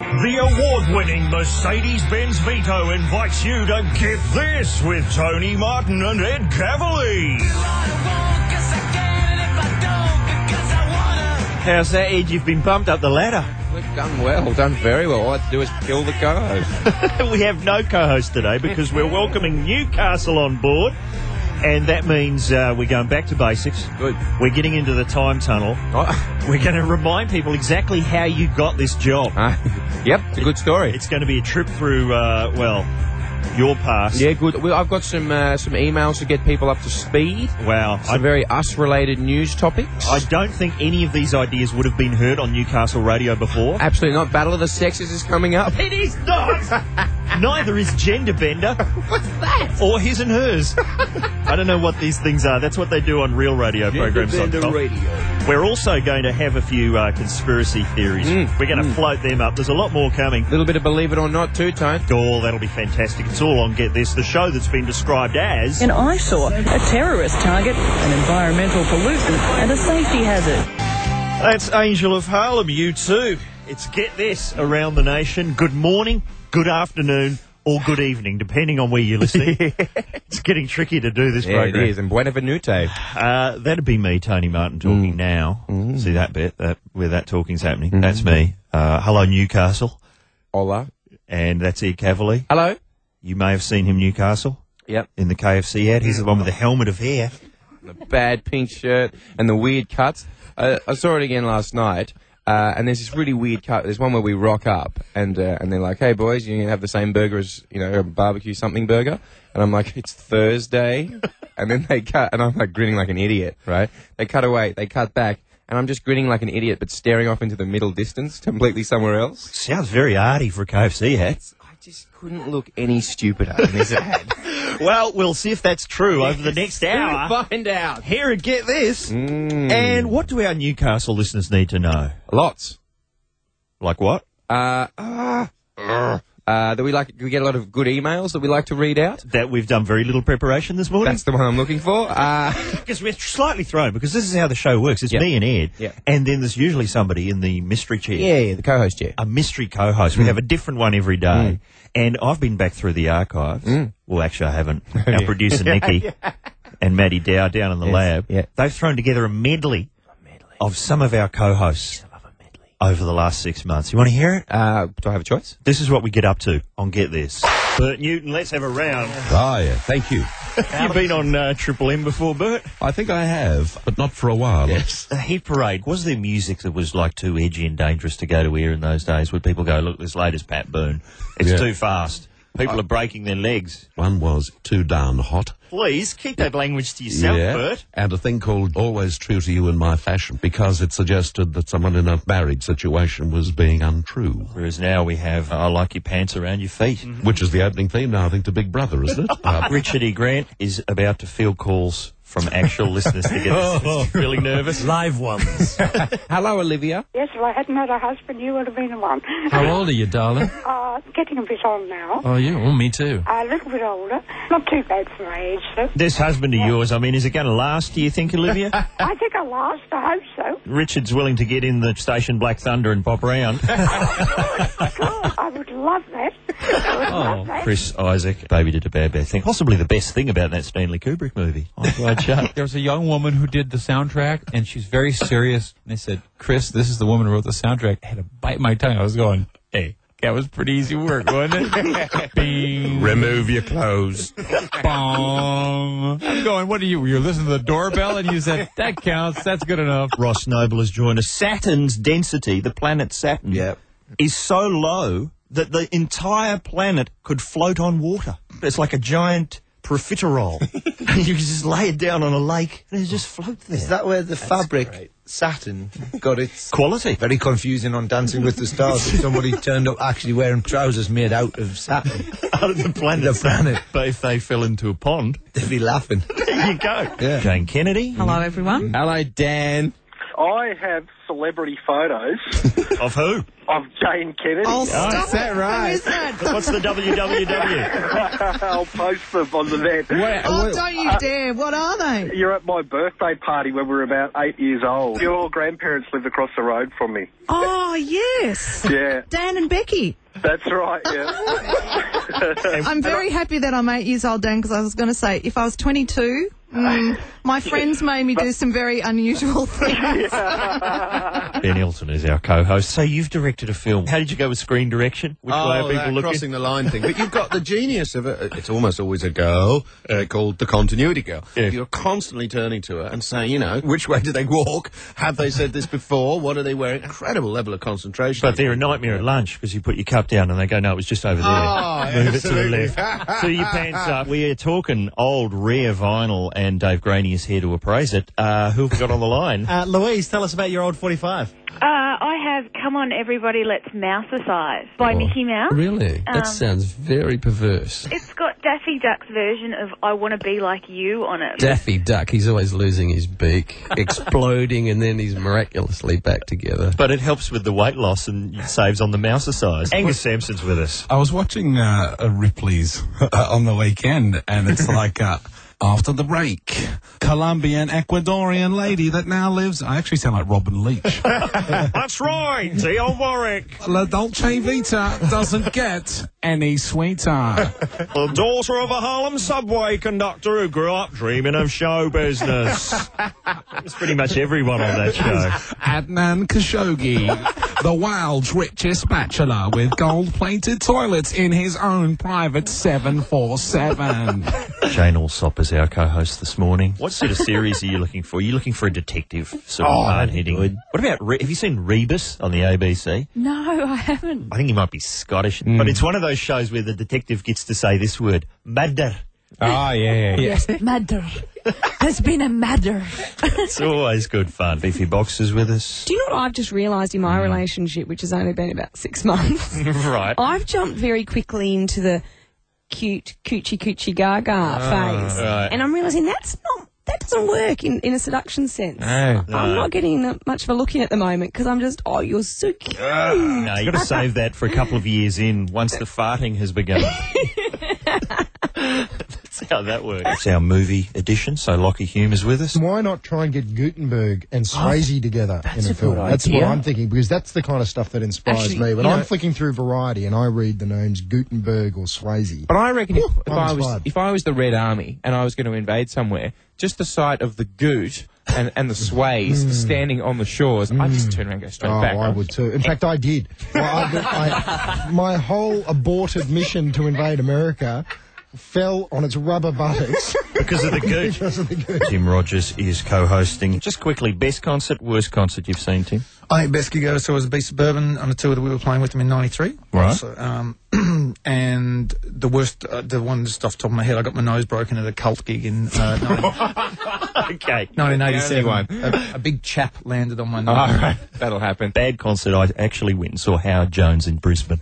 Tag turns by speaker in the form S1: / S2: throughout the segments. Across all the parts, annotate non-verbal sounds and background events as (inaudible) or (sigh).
S1: The award-winning Mercedes-Benz Vito invites you to get this with Tony Martin and Ed Cavalier.
S2: How's that, Ed? You've been bumped up the ladder. (laughs)
S3: We've done well, done very well. All I have to do is kill the co
S2: we have no co-host today because we're welcoming Newcastle on board, and that means uh, we're going back to basics.
S3: Good.
S2: We're getting into the time tunnel.
S3: (laughs) Oh,
S2: We're going to remind people exactly how you got this job.
S3: ah, yep, it's a good story.
S2: It's going to be a trip through, uh, well, your past.
S3: Yeah, good. Well, I've got some uh, some emails to get people up to speed.
S2: Wow.
S3: Some
S2: I,
S3: very us-related news topics.
S2: I don't think any of these ideas would have been heard on Newcastle radio before.
S3: Absolutely not. Battle of the Sexes is coming up.
S2: It is (laughs) not. Neither is gender bender. What's that? Or his and hers. I don't know what these things are. That's what they do on real radio programs. on top. We're also going to have a few uh, conspiracy theories.
S3: Mm,
S2: We're going to float them up. There's a lot more coming.
S3: A little bit of Believe It or Not too, Tone.
S2: Oh, that'll be fantastic. It's all on Get This, the show that's been described as.
S4: An eyesore, a terrorist target, an environmental pollutant, and a safety hazard.
S2: That's Angel of Harlem, you too. It's Get This around the nation. Good morning, good afternoon, or good evening, depending on where you're (laughs) listening. It's getting tricky to do this
S3: Yeah, it
S2: program.
S3: is. And Buena Venute.
S2: Uh, that'd be me, Tony Martin, talking now. See that bit that where that talking's happening? That's me. Uh, hello, Newcastle,
S3: Hola.
S2: and that's Ed Cavalier.
S3: Hello.
S2: You may have seen him Newcastle
S3: Yep.
S2: in the KFC ad. He's the one with the helmet of hair.
S3: The bad pink shirt and the weird cuts. Uh, I saw it again last night. Uh, and there's this really weird cut. There's one where we rock up, and uh, and they're like, "Hey boys, you can have the same burger as you know a barbecue something burger," and I'm like, "It's (laughs) Thursday," and then they cut, and I'm like grinning like an idiot, right? They cut away, they cut back, and I'm just grinning like an idiot, but staring off into the middle distance, completely somewhere else.
S2: Sounds very arty for a KFC ad.
S3: I just couldn't look any stupider in this (laughs) ad.
S2: Well, we'll see if that's true over (laughs) the next hour.
S3: Find out.
S2: Here at Get This. And what do our Newcastle listeners need to know?
S3: Lots.
S2: Like what?
S3: uh, uh, uh, that we like. We get a lot of good emails that we like to read out.
S2: That we've done very little preparation this morning?
S3: That's the one I'm looking for. Uh,
S2: Because we're slightly thrown, because this is how the show works. It's
S3: Yeah.
S2: me and Ed,
S3: Yeah.
S2: and then there's usually somebody in the mystery chair.
S3: yeah, the co-host, yeah.
S2: A mystery co-host. We have a different one every day. And I've been back through the archives. Well, actually, I haven't. Our producer, Nikki, and Maddie Dow down in the lab,
S3: yeah.
S2: they've thrown together a medley, of some of our co-hosts over the last six months. You want to hear it?
S3: Uh, do I have a choice?
S2: This is what we get up to on Get This. Bert Newton, let's have a round.
S5: Ah, yeah, thank you.
S2: You've been on uh, Triple M before, Bert?
S5: I think I have, but not for a while.
S2: The Heat Parade, was there music that was like too edgy and dangerous to go to ear in those days? Would people go, look, this latest Pat Boone, it's
S5: Yeah.
S2: too fast. People are breaking their legs.
S5: One was too darn hot.
S2: Please keep that language to yourself, Bert.
S5: And a thing called Always True to You in My Fashion, because it suggested that someone in a married situation was being untrue.
S2: Whereas now we have uh, I Like Your Pants Around Your Feet.
S5: Which is the opening theme now, I think, to Big Brother,
S2: (laughs)
S5: isn't it? Uh,
S2: Richard E. Grant is about to field calls from actual listeners to get (laughs) us really nervous.
S6: Live ones.
S3: Hello, Olivia.
S7: Yes, if I hadn't had a husband, you would have been the one.
S6: How old are you, darling?
S7: (laughs) Uh, getting a bit on now,
S6: Oh, yeah, well, me too.
S7: a little bit older. Not too bad for my age, though.
S2: This husband of yours, I mean, is it going to last, do you think, (laughs) Olivia?
S7: I think I'll last, I hope so.
S2: Richard's willing to get in the station Black Thunder and
S8: (laughs)
S2: pop round.
S7: God, I would love that. I
S6: Oh,
S7: would love that.
S2: Chris Isaac, Baby Did a Bad Bad Thing. Possibly the best thing about that Stanley
S8: (laughs)
S2: Kubrick movie. Eyes wide shut.
S8: There was a young woman who did the soundtrack, and she's very serious. And they said, "Chris, this is the woman who wrote the soundtrack." I had to bite my tongue. I was going, "Hey, that was pretty easy work, wasn't it?" (laughs) Bing,
S3: Remove your clothes.
S8: bong. I'm going, "What are you? You're listening to the doorbell?" And you said, "That counts. That's good enough."
S2: (laughs) Ross Noble has joined us. Saturn's density, the planet Saturn,
S3: Yep.
S2: is so low that the entire planet could float on water. It's like a giant
S8: (laughs)
S2: profiterole. you can just lay it down on a lake and it just float there.
S9: Is that where the fabric Saturn got its
S2: quality?
S9: very confusing on Dancing with the Stars? if somebody turned up actually wearing trousers made out of
S3: (laughs)
S9: Saturn.
S2: Out of the planet.
S9: The planet.
S2: (laughs) But if they fell into a pond,
S9: They'd be laughing.
S2: there you go. Jane Kennedy.
S4: Hello, everyone.
S3: Hello, Dan.
S10: (laughs)
S11: I have celebrity photos
S2: Of who?
S12: of Jane Kennedy. (laughs)
S4: Oh, stop
S12: I'll
S4: Is that it. right? Who is that?
S2: What's the www?
S12: post them on the net.
S4: Oh, don't you dare. What are they?
S12: You're at my birthday party when we were about eight years old. Your grandparents lived across the road from me.
S4: Oh, yes.
S12: Yeah,
S4: Dan and Becky.
S12: that's right. Yeah.
S4: I'm very happy that I'm eight years old, Dan, because I was going to say if I was 22, mm, my friends made me do some very
S12: (laughs)
S4: unusual things.
S2: Ben Elton is our co-host. So you've directed a film. How did you go with screen direction? Which way are
S5: oh,
S2: people
S5: that
S2: looking?
S5: crossing the line thing. But you've got the genius of it. It's almost always a girl uh, called the continuity girl. You're constantly turning to her and saying, you know, which way do they walk? Have they said this before? What are they wearing? Incredible level of concentration.
S2: But they're a nightmare at lunch because you put your cup down and they go, no, it was just over there.
S5: Oh,
S2: Move
S5: absolutely.
S2: it to the left. So your pants up. We are talking old, rare vinyl, and Dave Graney is here to appraise it. Uh, who have we got on the line?
S13: Uh, Louise, tell us about your old 45.
S14: Uh, I have Come On Everybody Let's Mousicise by
S15: Oh,
S14: Mickey Mouse.
S15: Really?
S14: Um,
S15: that sounds very perverse.
S14: It's got Daffy Duck's version of I Want to Be Like You on it.
S16: Daffy Duck, he's always losing his beak,
S14: (laughs)
S16: exploding, and then he's miraculously back together.
S2: But it helps with the weight loss and saves on the mouse size. Angus Sampson's with us.
S17: I was watching uh, uh, Ripley's uh, on the weekend,
S8: (laughs)
S17: and it's like uh, after the break, Colombian Ecuadorian lady that now lives. I actually sound like Robin
S8: (laughs)
S17: Leach.
S2: That's right, Dion Warwick.
S17: La Dolce Vita doesn't get any sweeter.
S2: The daughter of a Harlem subway conductor who grew up dreaming of show business. It's pretty much everyone on that show.
S17: Adnan Khashoggi, the world's richest bachelor with gold plated toilets in his own private 747.
S2: Jane Alsop is our co-host this morning. What sort of series are you looking for? Are you looking for a detective, sort of
S17: Oh,
S2: hard-hitting?
S17: good.
S2: What about Re- have you seen Rebus on the ABC?
S18: No, I haven't.
S2: I think he might be Scottish,
S17: Hmm.
S2: but it's one of those shows where the detective gets to say this word, murder.
S15: Oh, yeah,
S18: Yes, murder. There's been a murder.
S2: it's always good fun. Beefy Boxer's with us. Mm.
S19: Do you know what I've just realised in my relationship, which has only been about six months?
S2: (laughs) right.
S19: I've jumped very quickly into the cute, coochie, coochie, gaga
S2: Ah,
S19: phase.
S2: right.
S19: And I'm realising that's not, that doesn't work in, in a seduction sense.
S2: No.
S19: I'm
S2: No.
S19: not getting that much of a look in at the moment because I'm just, oh, you're so cute.
S2: no, you've got to save that for a couple of years in, once the farting
S19: (laughs)
S2: has begun. That's how that works. It's our movie edition, so Lockie Hume is with us.
S20: Why not try and get Gutenberg and Swayze together in
S2: a
S20: a film?
S2: good
S20: That's what
S2: idea.
S20: I'm thinking because that's the kind of stuff that inspires
S16: Actually,
S20: me. When
S16: you
S20: I'm
S16: know-
S20: flicking through Variety and I read the names Gutenberg or Swayze,
S3: But I reckon if, if
S20: I'm
S3: I was
S20: inspired.
S3: if I was the Red Army and I was going to invade somewhere, just the sight of the goot and, and the sways standing on the shores, I'd just turn around and go straight
S20: oh,
S3: back.
S20: I would too. In fact, I did. I, I- I- my whole aborted mission to invade America fell on its rubber buttocks
S2: Because of the goot.
S20: Because of the goot.
S2: Tim Rogers is co-hosting. Just quickly, best concert, worst concert you've
S20: (laughs)
S2: seen, Tim?
S21: I think best gig I ever saw was a Beast Suburban on a tour that we were playing with them in '93.
S2: Right.
S21: So, um, and the worst, uh, the one just off the top of my head, I got my nose broken at a cult gig in uh, 19-
S2: okay.
S21: 1987.
S2: Only one.
S21: A, a big chap landed on my
S2: All
S21: nose.
S2: right, that'll happen. Bad concert. I actually went and saw Howard Jones in Brisbane.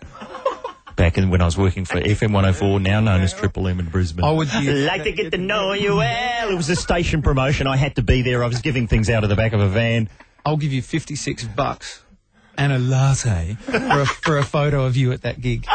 S2: Back in when I was working for FM 104, now known as Triple M in Brisbane.
S21: I would
S2: like to get to know you well. It was a station promotion. I had to be there. I was giving things out of the back of a van.
S21: I'll give you 56 bucks and a latte for a, for a photo of you at that gig.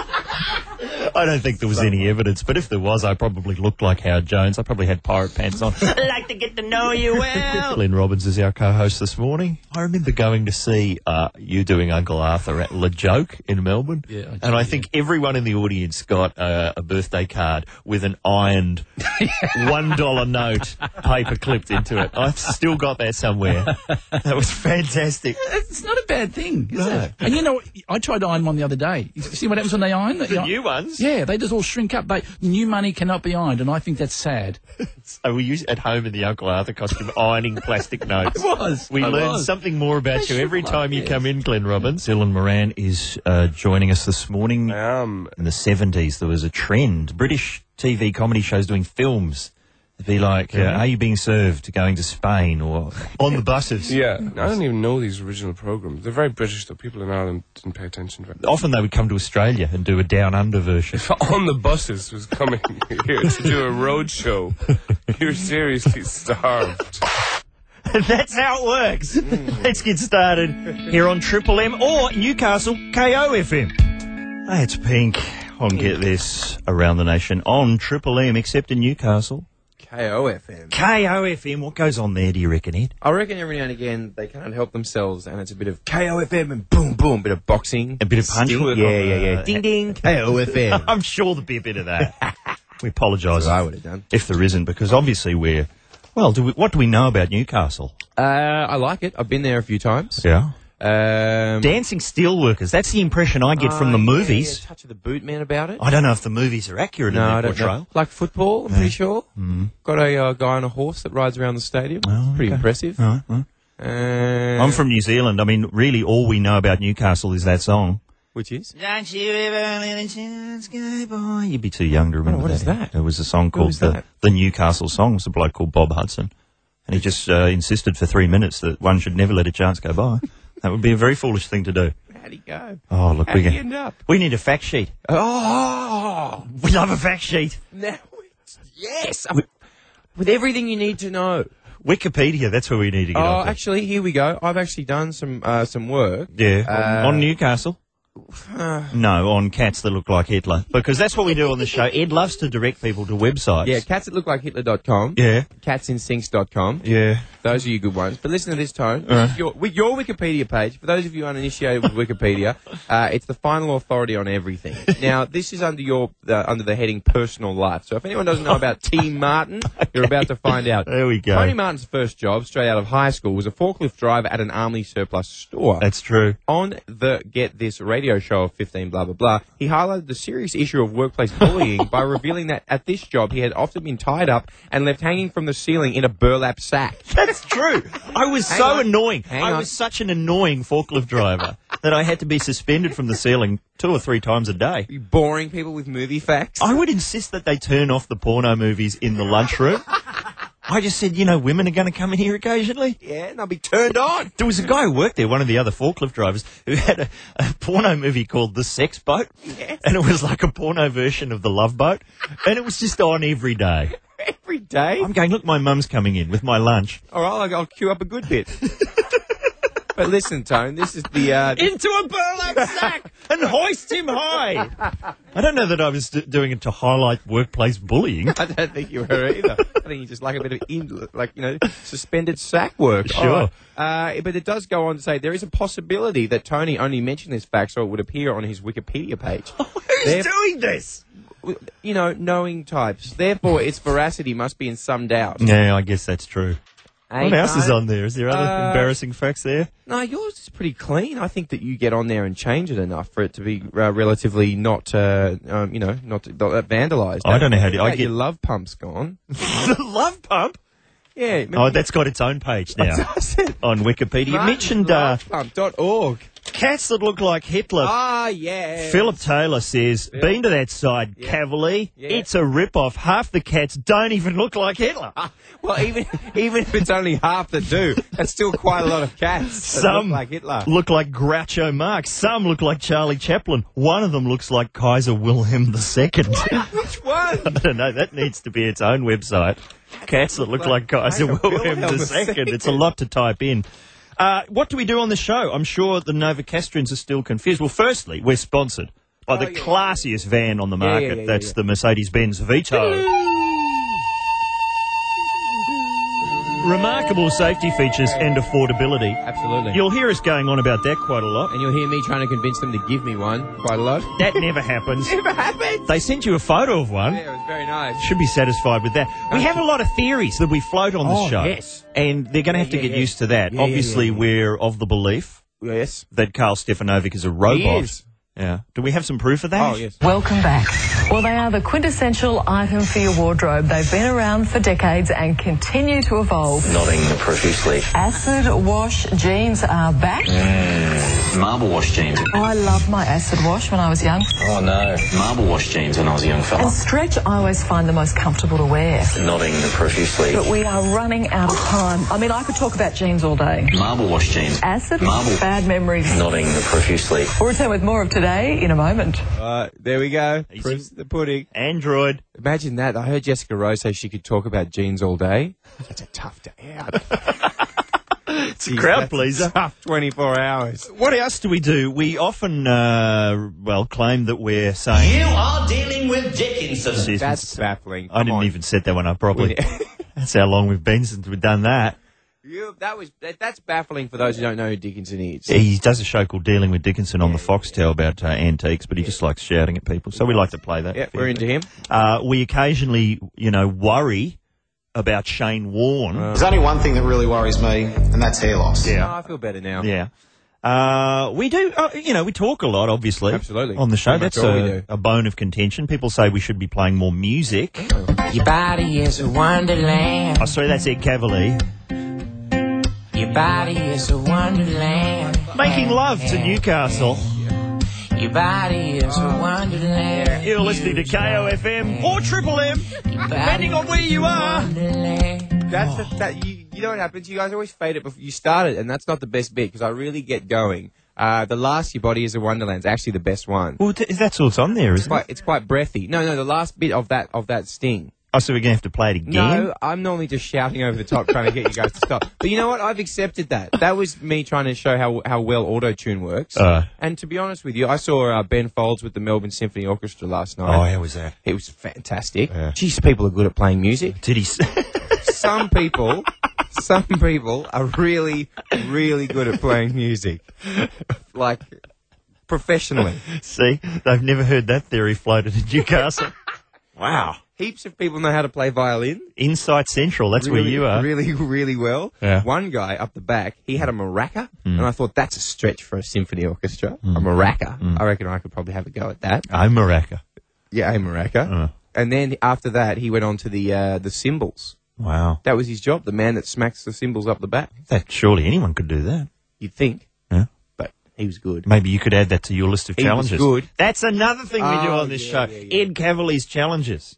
S2: I don't think there was any evidence, but if there was, I probably looked like Howard Jones. I probably had pirate pants on.
S22: like to get to know you
S4: (laughs)
S22: well.
S2: Glenn Robbins is our co-host this morning. I remember going to see uh, you doing Uncle Arthur at La Joke in Melbourne. Yeah, and I think everyone in the audience got uh, a birthday card with an (laughs) ironed one dollar note paper clipped into it. I've still got that somewhere. That was (laughs) fantastic.
S10: It's not a bad thing, is
S2: No.
S10: it? And you know, I tried to iron one the other day. You see what happens when they iron?
S2: The new ones?
S10: Yeah, they just all shrink up. They new money cannot be ironed, and I think that's sad.
S2: So were you at home in the Uncle Arthur costume (laughs) ironing plastic notes?
S10: I was.
S2: We
S10: I
S2: learn
S10: was.
S2: something more
S10: I
S2: about you
S10: should
S2: every
S10: like
S2: time you
S10: this.
S2: come in, Glenn Robbins. Dylan Moran is uh, joining us this morning. in the 70s, there was a trend. British TV comedy shows doing films. It'd be like, uh,
S23: Mhm.
S2: Are You Being Served? Going to Spain or (laughs) on the buses.
S23: Yeah, I don't even know these original programs. They're very British, though. People in Ireland didn't pay attention to it.
S2: Often they would come to Australia and do a down under version.
S23: (laughs) On the buses was coming (laughs) here to do a road show. You're seriously starved.
S2: (laughs) That's how it works. Let's get started here on Triple M or Newcastle KOFM. Hey, it's Pink on Get This Around the Nation on Triple M, except in Newcastle.
S3: KOFM.
S2: KOFM, what goes on there, do you reckon, Ed?
S3: I reckon every now and again they can't help themselves, and it's a bit of KOFM and boom, boom, bit of boxing,
S2: a bit of punch work
S3: Yeah,
S2: on
S3: yeah,
S2: the-
S3: yeah. Ding,
S2: (laughs)
S3: ding. KOFM.
S2: I'm sure there'll be a bit of that. (laughs) we apologise
S3: That's what I would have done.
S2: if there isn't, because obviously we're. Well, do we, what do we know about Newcastle?
S3: Uh, I like it. I've been there a few times.
S2: Yeah.
S3: Um,
S2: Dancing steelworkers. That's the impression I get from
S3: Oh,
S2: the
S3: yeah,
S2: movies.
S3: yeah, touch of the boot man about it.
S2: I don't know if the movies are accurate
S3: No,
S2: in their
S3: I don't
S2: portrayal.
S3: know. Like football, I'm pretty sure.
S2: Mm.
S3: Got a uh, guy on a horse that rides around the stadium. pretty
S2: Oh, okay.
S3: impressive.
S2: All right, all right.
S3: Uh,
S2: I'm from New Zealand. I mean, really, all we know about Newcastle is that song.
S3: Which is?
S1: Don't you ever let a chance go by.
S2: You'd be too young to remember
S1: what
S2: that.
S1: is that?
S2: It was a song called
S1: is
S2: the,
S1: that?
S2: the Newcastle Song. It was a bloke called Bob Hudson. And he just uh, insisted for three minutes that one should never let a chance
S1: (laughs)
S2: go by. that would be a very foolish thing to do.
S3: How'd he go?
S2: Oh, look,
S3: How'd
S2: we
S3: he
S2: can-
S3: end up?
S2: We need a fact sheet.
S3: Oh!
S2: We love a fact sheet.
S3: Now, it's- yes! I mean, with everything you need to know.
S2: Wikipedia, that's where we need to get
S3: Oh,
S2: off.
S3: actually, here we go. I've actually done some uh, some work.
S2: Yeah,
S3: Uh,
S2: on, on
S3: (sighs)
S2: Newcastle.
S3: Uh,
S2: No, on cats that look like Hitler. Because that's what we do on the show. Ed loves to direct people to websites.
S3: yeah, cats that look like Hitler.com.
S2: Yeah.
S3: Catsinstincts.com.
S2: Yeah.
S3: Those are your good ones. But listen to this tone. This
S2: Alright.
S3: is your, with your Wikipedia page, for those of you uninitiated
S2: (laughs)
S3: with Wikipedia, uh, it's the final authority on everything. Now, this is under your uh, under the heading personal life. So if anyone doesn't know about
S2: (laughs)
S3: T. Martin, you're about to find out.
S2: There we go.
S3: Tony Martin's first job, straight out of high school, was a forklift driver at an Armley surplus store.
S2: That's true.
S3: On the Get This radio show of 15 blah blah blah, he highlighted the serious issue of workplace
S2: (laughs)
S3: bullying by revealing that at this job he had often been tied up and left hanging from the ceiling in a burlap sack.
S2: That's true. I was
S3: Hang
S2: so
S3: on.
S2: annoying.
S3: Hang
S2: I
S3: on.
S2: was such an annoying forklift driver that I had to be suspended from the ceiling two or three times a day.
S3: You boring people with movie facts.
S2: I would insist that they turn off the porno movies in the lunchroom. I just said, you know, women are going to come in here occasionally.
S3: Yeah, and I'll be
S2: (laughs)
S3: turned on.
S2: There was a guy who worked there, one of the other forklift drivers, who had a, a porno movie called The Sex Boat. And it was like a porno version of The Love Boat. And it was just on every day.
S3: Every day?
S2: I'm going, look, my mum's coming in with my lunch.
S3: All right, I'll, I'll queue up a good
S2: (laughs)
S3: bit. but listen, Tone, this is the uh,
S2: Into a burlap sack and hoist him high. I don't know that I was d- doing it to highlight workplace bullying.
S3: (laughs) I don't think you were either. I think you just like a bit of in, like you know suspended sack work.
S2: Sure.
S3: Oh, uh, but it does go on to say there is a possibility that Tony only mentioned this fact so it would appear on his
S2: (laughs)
S3: Wikipedia page.
S2: (laughs) Who's
S3: There-
S2: doing this?
S3: you know, knowing types. Therefore, its veracity must be in some doubt.
S2: Yeah, I guess that's true.
S3: Hey,
S2: what else is
S3: no.
S2: on there? Is there other
S3: Uh,
S2: embarrassing facts there?
S3: No, yours is pretty clean. I think that you get on there and change it enough for it to be uh, relatively not, uh, um, you know, not, not uh, vandalized.
S2: I don't know how to- I
S3: Like
S2: get-
S3: your love pumps gone.
S2: the love pump?
S3: Yeah. (laughs)
S2: Oh, that's got its own page now on Wikipedia. You mentioned uh,
S3: org.
S2: cats that look like Hitler.
S3: Ah, yeah.
S2: Philip Taylor says, been to that side, Cavalier. It's a rip-off. Half the cats don't even look like Hitler.
S3: Well, even even if it's only half that do, that's still quite a lot of cats. that look
S2: Some
S3: like Hitler.
S2: look like Groucho Marx. Some look like Charlie Chaplin. One of them looks like Kaiser Wilhelm II.
S3: (laughs) Which
S2: (laughs)
S3: one?
S2: I don't know. That needs to be its own website. Cats that look like Kaiser
S3: Kaiser
S2: Wilhelm
S3: Wilhelm
S2: II.
S3: II.
S2: It's a lot to type in. Uh, what do we do on the show? I'm sure the Novocastrians are still confused. Well, firstly, we're sponsored by the classiest van on the
S3: Yeah, yeah,
S2: market.
S3: yeah, yeah,
S2: That's
S3: yeah.
S2: the Mercedes-Benz Vito. Remarkable safety features and affordability.
S3: Absolutely.
S2: You'll hear us going on about that quite a lot.
S3: and you'll hear me trying to convince them to give me one quite a lot.
S2: That never
S3: (laughs)
S2: happens.
S3: Never happened.
S2: They sent you a photo of one.
S3: Yeah, it was very nice.
S2: Should be satisfied with that. We have a lot of theories that we float on the
S3: Oh,
S2: show.
S3: yes.
S2: And they're going to
S3: Yeah,
S2: have to
S3: yeah,
S2: get
S3: yeah.
S2: used to that.
S3: Yeah, yeah,
S2: Obviously,
S3: yeah, yeah.
S2: we're of the belief
S3: Yes.
S2: that Carl Stefanovic is a robot.
S3: is.
S2: Yeah. Do we have some proof of that?
S3: Oh, yes.
S4: Welcome back. Well, they are the quintessential item for your wardrobe. They've been around for decades and continue to evolve.
S5: Nodding profusely.
S4: Acid wash jeans are back.
S5: Mm,
S4: Oh,
S5: Marble wash jeans.
S4: I loved my acid wash when I was young.
S5: Oh no. Marble wash jeans when I was a young
S4: And
S5: fella.
S4: stretch I always find the most comfortable to wear.
S5: Nodding profusely.
S4: But we are running out of time. I mean, I could talk about jeans all day.
S5: Marble wash jeans.
S4: Acid,
S5: Marble.
S4: bad memories.
S5: Nodding profusely.
S4: We'll return with more of today in a moment.
S3: Uh, there we go. Proof's in the pudding.
S2: Android. (laughs)
S3: Imagine that. I heard Jessica Rose say she could talk about jeans all day. That's a tough day out.
S2: It's a crowd pleaser.
S3: 24 hours.
S2: What else do we do? We often, uh, well, claim that we're saying.
S7: are dealing with Dickinson.
S2: Jeez,
S3: That's baffling.
S2: I didn't even set that one up properly. That's how long we've been since we've done that.
S3: (laughs) You, that was that, that's baffling for those who don't know who Dickinson is.
S2: He does a show called Dealing with Dickinson on the Foxtel about uh, antiques, but he just likes shouting at people. So we like to play that.
S3: Yeah, we're into him.
S2: Uh, we occasionally, you know, worry about Shane Warne.
S3: Uh.
S8: There's only one thing that really worries me, and that's hair loss.
S3: Oh, I feel better now.
S2: Yeah. Uh, we do, uh, you know, we talk a lot, obviously.
S3: Absolutely.
S2: On the show.
S3: Pretty much
S2: That's
S3: all we do.
S2: a, a bone of contention. People say we should be playing more music.
S3: Oh.
S7: Your body is a wonderland.
S2: Oh, sorry, that's Ed Cavalier.
S7: Your body is a wonderland.
S2: Making love to Newcastle.
S7: Your body is a wonderland.
S2: You're listening to KOFM or Triple M, depending on where you are.
S3: That's the, that you, you know what happens. You guys always fade it before you start it, and that's not the best bit because I really get going. Uh, the last your body is a wonderland is actually the best one.
S2: Well, th- that's all that's on there,
S3: It's
S2: isn't it?
S3: quite it's quite breathy. No, no, the last bit of that of that sting.
S2: Oh, so we're going to have to play it again?
S3: No, I'm normally just shouting over the top trying to get you guys to stop. But you know what? I've accepted that. That was me trying to show how how well auto tune works.
S2: Uh.
S3: and to be honest with you, I saw uh, Ben Folds with the Melbourne Symphony Orchestra last night.
S2: Oh, how was that?
S3: It was fantastic. Jeez, people are good at playing music.
S2: Did he? s- (laughs)
S3: some people, some people are really, really good at playing music, like professionally.
S2: See, they've never heard that theory floated in
S3: (laughs)
S2: Newcastle. wow.
S3: Heaps of people know how to play violin.
S2: Insight Central, that's
S3: really,
S2: where you are.
S3: Really, really well.
S2: Yeah. Mm.
S3: One guy up the back, he had a maraca, and I thought that's a stretch for a symphony orchestra. A maraca.
S2: Mm.
S3: I reckon I could probably have a go at that.
S2: I'm Maraca.
S3: Yeah, a maraca.
S2: Uh,
S3: And then after that, he went on to the uh, the cymbals.
S2: Wow.
S3: That was his job. The man that smacks the cymbals up the back.
S2: That surely anyone could do that.
S3: You'd think.
S2: Yeah.
S3: But he was good.
S2: Maybe you could add that to your list of
S3: He was
S2: challenges.
S3: good.
S2: That's another thing we do
S3: Oh,
S2: on this
S3: yeah,
S2: show.
S3: yeah, yeah. Mm.
S2: Ed Cavalier's challenges.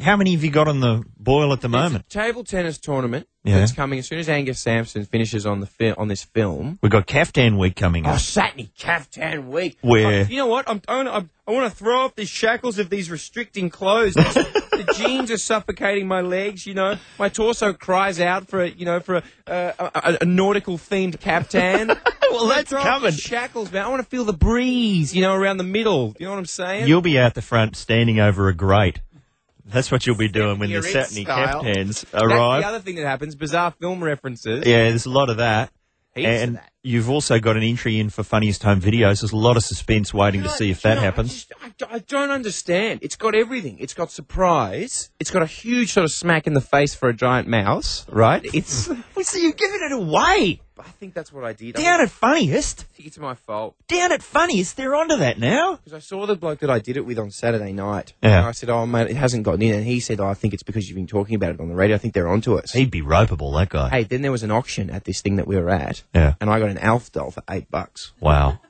S2: How many have you got on the boil at the moment?
S3: Table tennis tournament
S2: Yeah.
S3: that's coming as soon as Angus Sampson finishes on the fi- on this film.
S2: We've got Caftan Week coming
S3: Oh,
S2: up.
S3: satiny caftan week.
S2: Where-
S3: Uh, you know what? I'm, I'm, I'm, I want to throw off the shackles of these restricting clothes.
S2: (laughs)
S3: the jeans are suffocating my legs. You know, my torso cries out for a, you know for a, uh, a, a, a nautical themed
S2: (laughs)
S3: caftan. well,
S2: that's coming.
S3: Shackles, man. I want to feel the breeze. You know, around the middle. You know what I'm saying?
S2: You'll be out the front standing over a grate. That's what you'll be doing when the
S3: You're in
S2: satiny
S3: style.
S2: caftans
S3: That's
S2: arrive.
S3: the other thing that happens. Bizarre film references.
S2: Yeah, there's a lot of that.
S3: Heaps of
S2: and
S3: that.
S2: you've also got an entry in for funniest home videos. There's a lot of suspense waiting to see if that happens.
S3: I, d- I don't understand. It's got everything. It's got surprise. It's got a huge sort of smack in the face for a giant mouse, right?
S2: (laughs)
S3: It's.
S2: Well, so you're giving it away.
S3: I think that's what I did. I
S2: Down at funniest.
S3: think it's my fault
S2: Down at funniest. They're onto that now.
S3: because I saw the bloke that I did it with on Saturday night,
S2: Yeah.
S3: and I said, "Oh mate, it hasn't gotten in." And he said, oh, "I think it's because you've been talking about it on the radio. I think they're onto us."
S2: He'd be ropeable, that guy.
S3: Hey, then there was an auction at this thing that we were at,
S2: Yeah.
S3: and I got an Alf doll for eight bucks.
S2: Wow.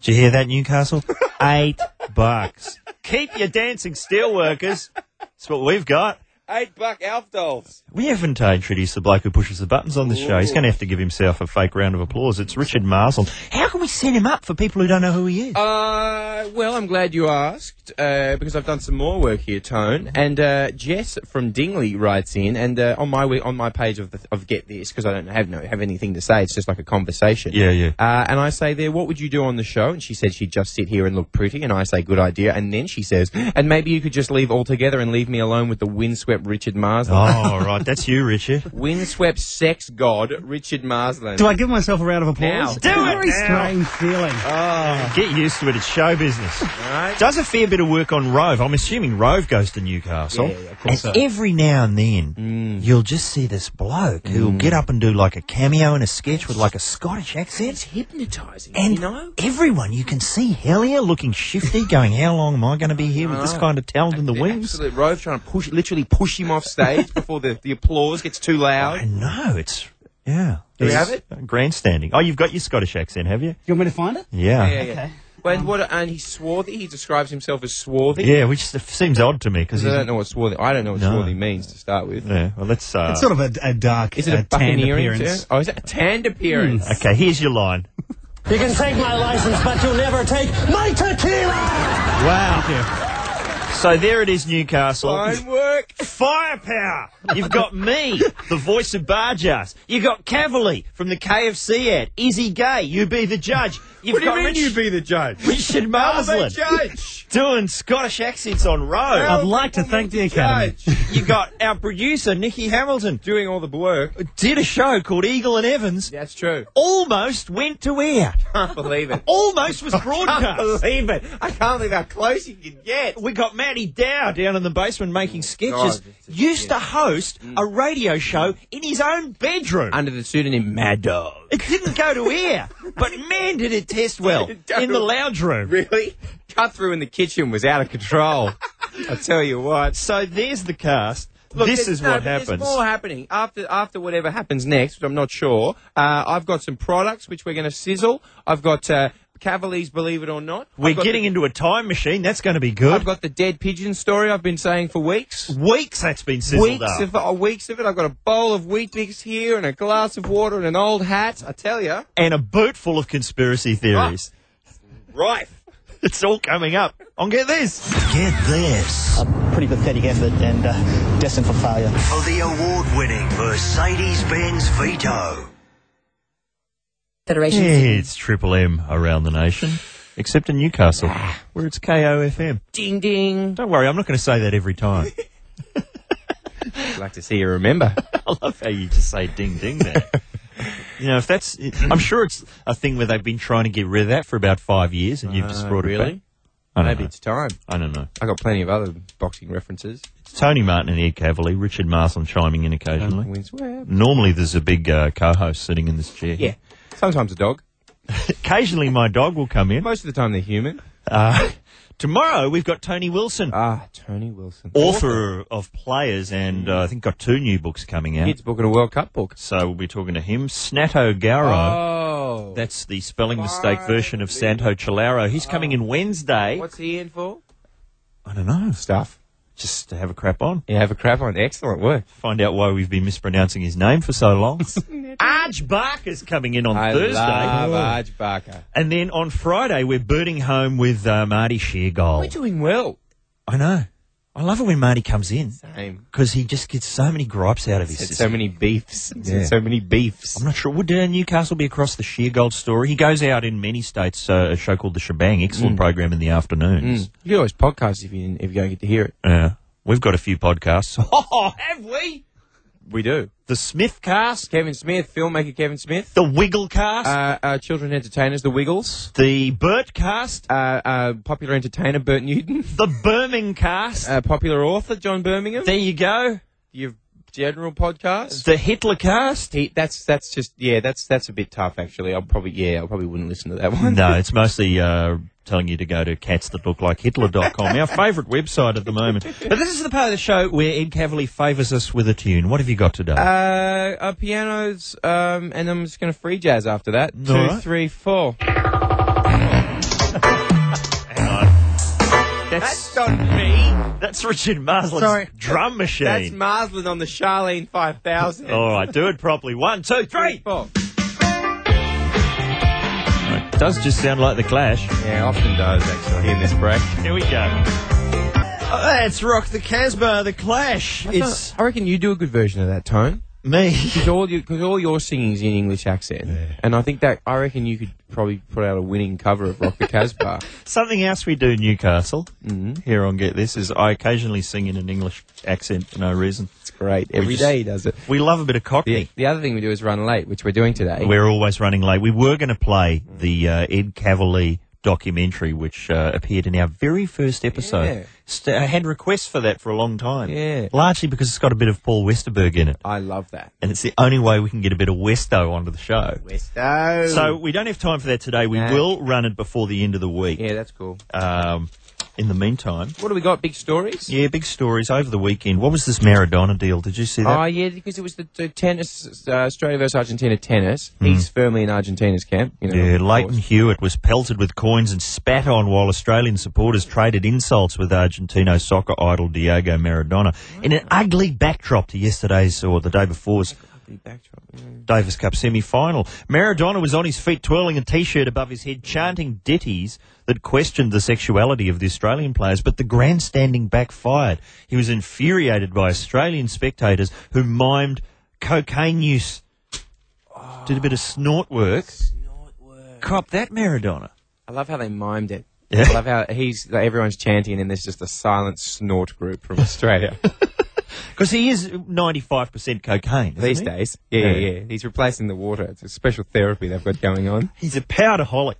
S2: Did you hear that, (laughs) Newcastle? Eight bucks. Keep your dancing steel workers. That's what we've got.
S3: Eight buck Alf dolls.
S2: We haven't uh, introduced the bloke who pushes the buttons on this show. He's going to have to give himself a fake round of applause. It's Richard Marsden. How can we set him up for people who don't know who he is?
S3: Uh, well, I'm glad you asked uh, because I've done some more work here, Tone. And uh, Jess from Dingley writes in, and uh, on my we- on my page of the, of Get This because I don't have no have anything to say. It's just like a conversation.
S2: Yeah, yeah.
S3: Uh, and I say there, what would you do on the show? And she said she'd just sit here and look pretty. And I say, good idea. And then she says, and maybe you could just leave altogether and leave me alone with the windswept Richard Marsden.
S2: Oh, right. That's you,
S3: (laughs)
S2: Richard.
S3: Windswept sex god Richard Marsden.
S24: Do I give myself a round of
S3: Now.
S24: applause?
S3: Do
S24: It's a
S2: it
S24: Very
S2: now. Ah.
S24: strange feeling.
S23: Uh,
S2: Get used to it. It's show business.
S3: Right.
S2: Does a fair bit of work on Rove. I'm assuming Rove goes to Newcastle.
S3: Yeah, yeah, of course
S2: and
S3: so. Mm.
S2: every now and then, you'll just see this bloke who'll get up and do like a cameo in a sketch with like a Scottish accent.
S3: It's hypnotising.
S2: And
S3: you know.
S2: everyone, you can see Hellier looking shifty, going, How long am I going to be here with this
S3: know.
S2: kind of talent in the wings?
S3: Absolute Rove trying to push, literally push him
S2: (laughs)
S3: off stage before the, the applause gets too
S2: I
S3: loud.
S2: know, it's. Yeah.
S3: Do we
S2: It's
S3: have it?
S2: Grandstanding. Oh, you've got your Scottish accent, have you?
S24: You want me to find it?
S2: Yeah.
S3: Yeah, yeah. But what? And he's swarthy. He describes himself as swarthy.
S2: Yeah, which seems odd to me because
S3: because I don't know what swarthy. I don't know what
S2: No.
S3: swarthy means to start with.
S2: Yeah, well, let's. Uh,
S24: It's sort of a, a dark,
S3: Is
S24: uh,
S3: it a
S24: tanned
S3: buccaneering
S24: appearance.
S3: term? Oh, is that a tanned appearance?
S2: okay, here's your line.
S7: You can take my license, but you'll never take my tequila!
S2: Wow. So there it is, Newcastle.
S1: Fine
S2: work. Firepower. You've got me, the voice of Barjas. You've got Cavali from the KFC ad. Izzy Gay, you be the judge. You've
S1: What do you
S2: got
S1: mean
S2: Rich-
S1: you be the judge?
S2: Richard
S1: I'm the
S2: Marsland.
S1: judge.
S2: Doing Scottish accents on road.
S1: I'd
S2: like to thank the
S1: Academy.
S2: you got our producer, Nikki Hamilton. Doing all the work. Did a show called Eagle and Evans. That's true. Almost went
S1: (laughs)
S2: to air.
S1: Can't believe
S2: (laughs)
S1: it.
S2: Almost was
S1: I
S2: broadcast.
S1: can't believe it. I can't believe how close you can get.
S2: We got Matty Dow down in the basement making sketches. used to host
S3: Mm.
S2: a radio show in his own bedroom.
S3: Under the pseudonym Mad Dog.
S2: It didn't go to air, but man, did it test
S3: (laughs)
S2: well in the lounge room.
S3: Really? Cut through in the kitchen was out
S2: (laughs)
S3: of control. I tell you what.
S2: So there's the cast.
S3: Look,
S2: this
S3: there's-
S2: is
S3: no,
S2: what
S3: but there's
S2: happens.
S3: more happening after after whatever happens next, which I'm not sure. Uh, I've got some products which we're going to sizzle. I've got uh, Cavalier's Believe It or Not.
S2: We're
S3: I've got
S2: getting
S3: the-
S2: into a time machine. That's going to be good.
S3: I've got the dead pigeon story I've been saying for weeks.
S2: Weeks that's been sizzled
S3: weeks
S2: up.
S3: of uh, weeks of it. I've got a bowl of wheat bix here and a glass of water and an old hat. I tell you,
S2: and a boot full of conspiracy
S3: Ah.
S2: theories.
S3: right.
S2: It's all coming up on Get This.
S9: Get this.
S11: A pretty pathetic effort and uh, destined for failure.
S9: For the award winning Mercedes Benz Vito.
S2: Yeah, it's Triple M around the nation, except in Newcastle,
S3: Ah.
S2: where it's KOFM.
S3: Ding ding.
S2: Don't worry, I'm not going to say that every time.
S3: I'd like to see you remember.
S2: (laughs) I love how you just say ding ding (laughs) there. you know, if that's, I'm sure it's a thing where they've been trying to get rid of that for about five years, and you've just
S3: Uh,
S2: brought it
S3: really?
S2: back. I don't
S3: (laughs) Maybe
S2: know.
S3: it's time.
S2: I don't know.
S3: I got plenty of other boxing references.
S2: It's Tony Martin and Ed Cavalier, Richard Marsland chiming in occasionally.
S3: Um, wins where?
S2: Normally, there's a big uh, co-host sitting in this chair.
S3: Yeah. Sometimes a dog.
S2: (laughs) Occasionally, my dog will come in.
S3: Most of the time, they're human.
S2: Uh, (laughs) tomorrow, we've got Tony Wilson.
S3: Ah, Tony Wilson.
S2: Author of Players, and uh, I think got two new books coming out.
S3: Kids book and a World Cup book.
S2: So we'll be talking to him. Snato Garo.
S3: Oh.
S2: That's the spelling mistake version of Santo Chilaro. He's coming in Wednesday.
S3: What's he in for?
S2: I don't know.
S3: Stuff.
S2: Just to have a crap on.
S3: Yeah, have a crap on. Excellent work.
S2: Find out why we've been mispronouncing his name for so long. Arch Barker's coming in on
S3: I
S2: Thursday.
S3: love Arj Barker.
S2: And then on Friday, we're burning home with uh, Marty Sheargold.
S3: We're doing well.
S2: I know. I love it when Marty comes in
S3: Same.
S2: because he just gets so many gripes out of his
S3: He's had
S2: system.
S3: so many beefs. He's had
S2: Yeah.
S3: So many beefs.
S2: I'm not sure. Would uh, Newcastle be across the Sheargold story? He goes out in many states, uh, a show called The Shebang. Excellent
S3: Mm.
S2: program in the afternoons.
S3: Mm. You could always podcast if you didn't- if you don't get to hear it.
S2: Yeah. We've got a few (laughs) podcasts.
S3: Oh, have we? We do.
S2: the Smith cast,
S3: Kevin Smith, filmmaker Kevin Smith.
S2: the Wiggle cast,
S3: Uh, uh, children entertainers, The Wiggles.
S2: the Burt cast,
S3: Uh, uh, popular entertainer, Bert (laughs) Newton.
S2: the Birmingham cast.
S3: Uh, popular author, John Birmingham.
S2: there you go.
S3: Your general podcast.
S2: The Hitler cast.
S3: He, that's that's just yeah. That's that's a bit tough actually. I'll probably yeah. I probably wouldn't listen to that one.
S2: No, it's mostly uh, telling you to go to cats that look like Hitler.com, our favourite website at the moment. But this is the part of the show where Ed Cavalier favours us with a tune. What have you got today?
S3: Uh, uh, pianos, um, and I'm just going to free jazz after that. Two, three, four.
S2: right. that's,
S3: That's not me.
S2: that's Richard Marsland's
S3: Sorry.
S2: drum machine.
S3: That's Marsland on the Charlene 5000.
S2: All right, do it properly. One, two, three.
S3: Three, four.
S2: It does just sound like the Clash.
S3: Yeah, often does actually in this break.
S2: Here we go. Oh, that's Rock the Casbah, the Clash. It's
S3: I reckon you do a good version of that tone.
S2: me.
S3: Because all, you, 'cause all your singing's in English accent. And I think that, I reckon you could probably put out a winning cover of Rock the
S2: (laughs)
S3: Casbah.
S2: (laughs) Something else we do in Newcastle here on Get This is I occasionally sing in an English accent for no reason.
S3: it's great.
S2: We
S3: Every
S2: just-
S3: day he does it.
S2: We love a bit of
S3: The,
S2: Cockney.
S3: the other thing we do is run late, which we're doing today.
S2: We're always running late. We were going to play the uh, Ed Cavalier documentary, which uh, appeared in our very first episode.
S3: Yeah.
S2: St- I had requests for that for a long time.
S3: Yeah.
S2: Largely because it's got a bit of Paul Westerberg in it.
S3: I love that.
S2: And it's the only way we can get a bit of Westo onto the show.
S3: Westo.
S2: So we don't have time for that today. We
S3: No.
S2: will run it before the end of the week.
S3: yeah, that's cool.
S2: Um, in the meantime,
S3: What do we got? Big stories?
S2: yeah, big stories over the weekend. What was this Maradona deal? Did you see that?
S3: Oh, yeah, because it was the, the tennis, uh, Australia versus Argentina tennis. He's firmly in Argentina's camp. You know,
S2: Mm. yeah,
S3: of
S2: Leighton
S3: course.
S2: Hewitt was pelted with coins and spat on while Australian supporters traded insults with Argentino soccer idol Diego Maradona in an ugly backdrop to yesterday's or the day before's
S3: backdrop.
S2: Davis Cup semi final. Maradona was on his feet twirling a t shirt above his head, chanting ditties that questioned the sexuality of the Australian players, but the grandstanding backfired. He was infuriated by Australian spectators who mimed cocaine use. Did a bit of snort work. Snort work. Cop that Maradona.
S3: I love how they mimed it.
S2: Yeah.
S3: I love how he's like, everyone's chanting, and then there's just a silent snort group
S2: (laughs)
S3: from Australia (laughs)
S2: Because he is 95% cocaine. isn't
S3: these
S2: he?
S3: days. Yeah, yeah, yeah. He's replacing the water. It's a special therapy they've got going on.
S2: He's a powderholic.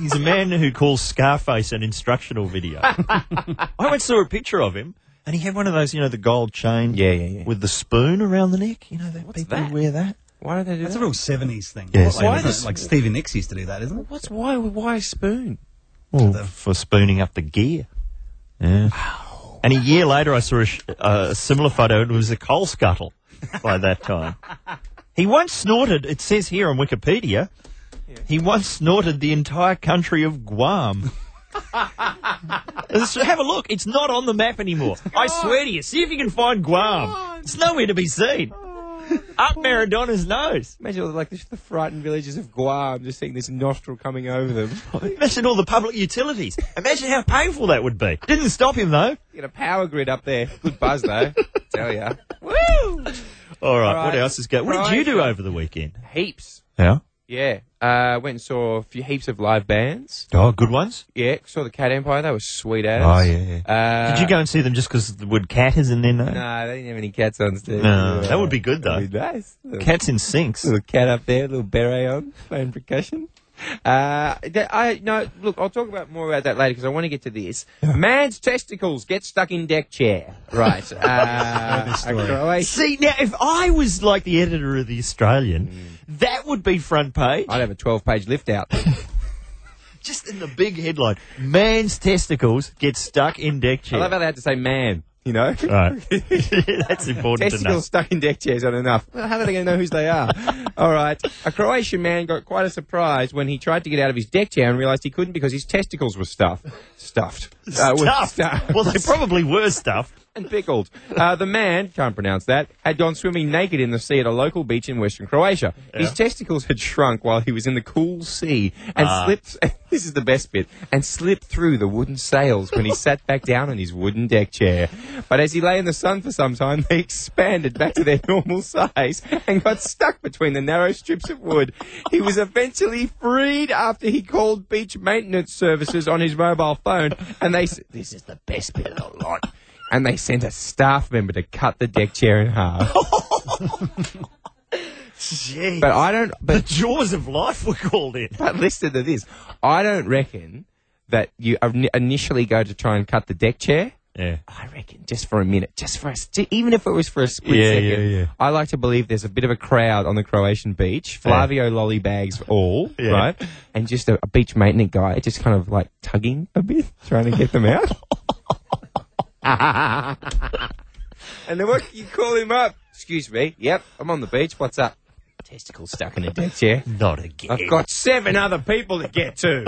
S2: He's a man who calls Scarface an instructional video. I once saw a picture of him, and he had one of those, you know, the gold chain (laughs) yeah, yeah, yeah. with the spoon around the neck. You know, that people
S3: that?
S2: wear that.
S3: Why do they do
S25: That's
S3: that?
S25: a real seventies thing.
S2: Yes.
S25: Like,
S2: Why
S25: like,
S2: does-
S25: like Stevie Nicks used to do that, isn't it?
S3: What's why? Why spoon?
S2: Well, for spooning up the gear. Yeah. And a year later, I saw a, sh- a similar photo, and it was a coal scuttle by that time. he once snorted, it says here on Wikipedia, he once snorted the entire country of Guam. Let's Have a look. It's not on the map anymore. I swear to you. See if you can find Guam. It's nowhere to be seen. Up Maradona's nose.
S3: Imagine like this, the frightened villagers of Guam just seeing this nostril coming over them.
S2: Imagine all the public utilities. Imagine how painful that would be. Didn't stop him though.
S3: Get a power grid up there. Good buzz though. Tell ya. Woo!
S2: All right.
S3: Right.
S2: What else is going? What did
S3: Right.
S2: you do over the weekend?
S3: Heaps.
S2: Yeah.
S3: Yeah. Uh, went and saw a few heaps of live bands.
S2: Oh, good ones.
S3: Yeah, saw the Cat Empire. That was sweet as.
S2: Oh, yeah,
S3: Uh,
S2: did you go and see them just because the word cat is in their name?
S3: No, they didn't have any cats on stage.
S2: No, that would be good, though.
S3: That'd be nice. Little-
S2: Cats in sinks.
S3: Little cat up there, little beret on, playing percussion. Uh, that- I no. Look, I'll talk about more about that later because I want to get to this.
S2: (laughs)
S3: Man's testicles get stuck in deck chair.
S2: (laughs)
S3: Right. Uh, a Croatian-
S2: See now, if I was like the editor of the Australian,
S3: Mm.
S2: that would be front page,
S3: I'd have a twelve-page lift out.
S2: just in the big headline. Man's testicles get stuck in deck
S3: I
S2: chair.
S3: love how they had to say man. You know. (laughs)
S2: Right, (laughs) that's important to know.
S3: Testicles stuck in deck chairs aren't enough. Well, How are they going to know whose
S2: (laughs)
S3: they are? All right. A Croatian man got quite a surprise when he tried to get out of his deck chair and realised he couldn't because his testicles were stuffed. Stuffed. Uh, with (laughs)
S2: Stuff.
S3: stuff
S2: Well, they probably were stuff.
S3: and pickled. Uh, the man, can't pronounce that, had gone swimming naked in the sea at a local beach in western Croatia. His testicles had shrunk while he was in the cool sea and
S2: Ah.
S3: slipped, (laughs) this is the best bit, and slipped through the wooden sails when he sat back down in his wooden deck chair. But as he lay in the sun for some time, they expanded back to their (laughs) normal size and got stuck between the narrow strips of wood. He was eventually freed after he called beach maintenance services on his mobile phone and they said, this is the best bit of the lot and they sent a staff member to cut the deck chair in half.
S2: Jeez.
S3: but I don't.
S2: the
S3: But,
S2: jaws of life were called in.
S3: but listen to this. I don't reckon that you in- initially go to try and cut the deck chair.
S2: Yeah.
S3: I reckon just for a minute, just for a st- even if it was for a split
S2: Yeah,
S3: second.
S2: yeah, yeah.
S3: I like to believe there's a bit of a crowd on the Croatian beach, Flavio lollybags all, right,
S2: Yeah.
S3: and just a, a beach maintenance guy just kind of like tugging a bit, trying to get them out. (laughs) And then what? You call him up. Excuse me. Yep, I'm on the beach. What's up? Testicles stuck in a deck chair.
S2: Not again.
S3: I've got seven other people to
S2: (laughs)
S3: get to.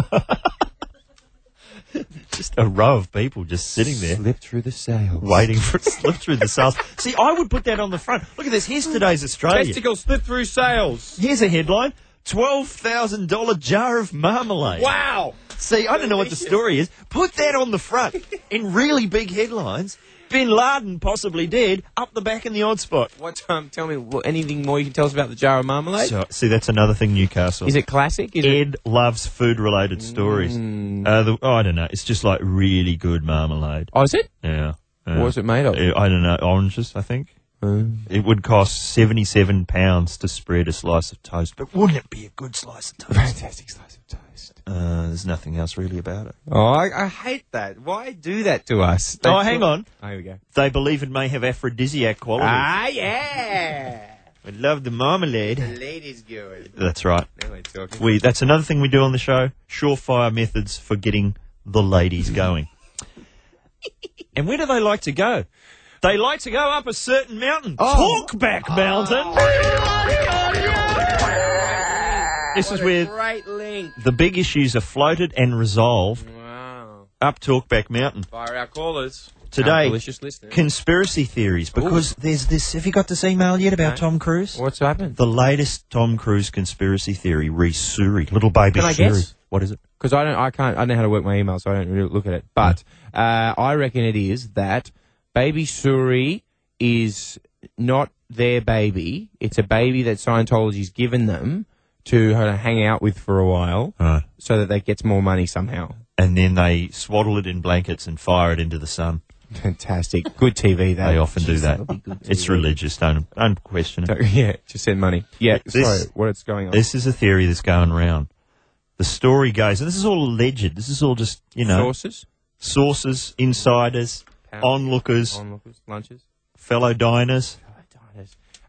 S2: just a row of people just sitting there.
S3: Slip through the sails.
S2: waiting for it to slip through
S3: (laughs)
S2: the sails. See, I would put that on the front. Look at this. Here's today's Australia.
S3: Testicles slip through sails.
S2: Here's a headline. $12,000 jar of marmalade.
S3: Wow.
S2: See, I don't know what the story is. Put that on the front in really big headlines. Bin Laden possibly dead up the back in the odd spot.
S3: What? Um, tell me what, anything more you can tell us about the jar of marmalade.
S2: So, see, that's another thing Newcastle.
S3: Is it classic? Is it? Mm.
S2: Ed loves food related stories. Uh, the, oh, I don't know. It's just like really good marmalade.
S3: Oh, is it?
S2: Yeah. yeah.
S3: What was it made of? Uh,
S2: Uh, I don't know. Oranges, I think. It would cost seventy-seven pounds to spread a slice of toast, but wouldn't it be a good slice of toast?
S3: Fantastic slice of toast.
S2: Uh, there's nothing else really about it.
S3: Oh, I, I hate that. Why do that to us?
S2: Oh,
S3: They
S2: hang
S3: thought-
S2: on.
S3: Oh, here we go.
S2: They believe it may have aphrodisiac qualities.
S3: Ah, yeah.
S2: We love the marmalade.
S3: Ladies good.
S2: That's right.
S3: Now we're talking.
S2: We that's another thing we do on the show: surefire methods for getting the ladies going. (laughs) and where do they like to go? They like to go up a certain mountain,
S3: Oh.
S2: Talkback Mountain. This is where
S3: Great link.
S2: the big issues are floated and resolved
S3: Wow.
S2: up Talkback Mountain.
S3: Oh, Fire our callers.
S2: Today,
S3: Our delicious listeners.
S2: conspiracy theories because there's this. Have you got this email yet about
S3: No.
S2: Tom Cruise?
S3: What's happened?
S2: The latest Tom Cruise conspiracy theory, Resuri, little baby
S3: Can I
S2: Shuri.
S3: guess?
S2: What is it?
S3: Because I don't, I can't, I don't know how to work my email, so I don't really look at it. But uh, I reckon it is that baby Suri is not their baby. It's a baby that Scientology's given them to uh, hang out with for a while,
S2: Right.
S3: so that they gets more money somehow.
S2: And then they swaddle it in blankets and fire it into the sun.
S3: Fantastic, good TV. That
S2: They often do
S3: Jeez,
S2: that.
S3: that'll be good
S2: It's
S3: TV.
S2: religious. Don't don't question it.
S3: Yeah, just send money. Yeah,
S2: This-
S3: sorry, what is going on?
S2: This is a theory that's going around. The story goes, and this is all alleged. This is all just you know
S3: sources,
S2: sources, insiders,
S3: Pals.
S2: onlookers,
S3: onlookers, lunches. Oh,
S2: fellow diners.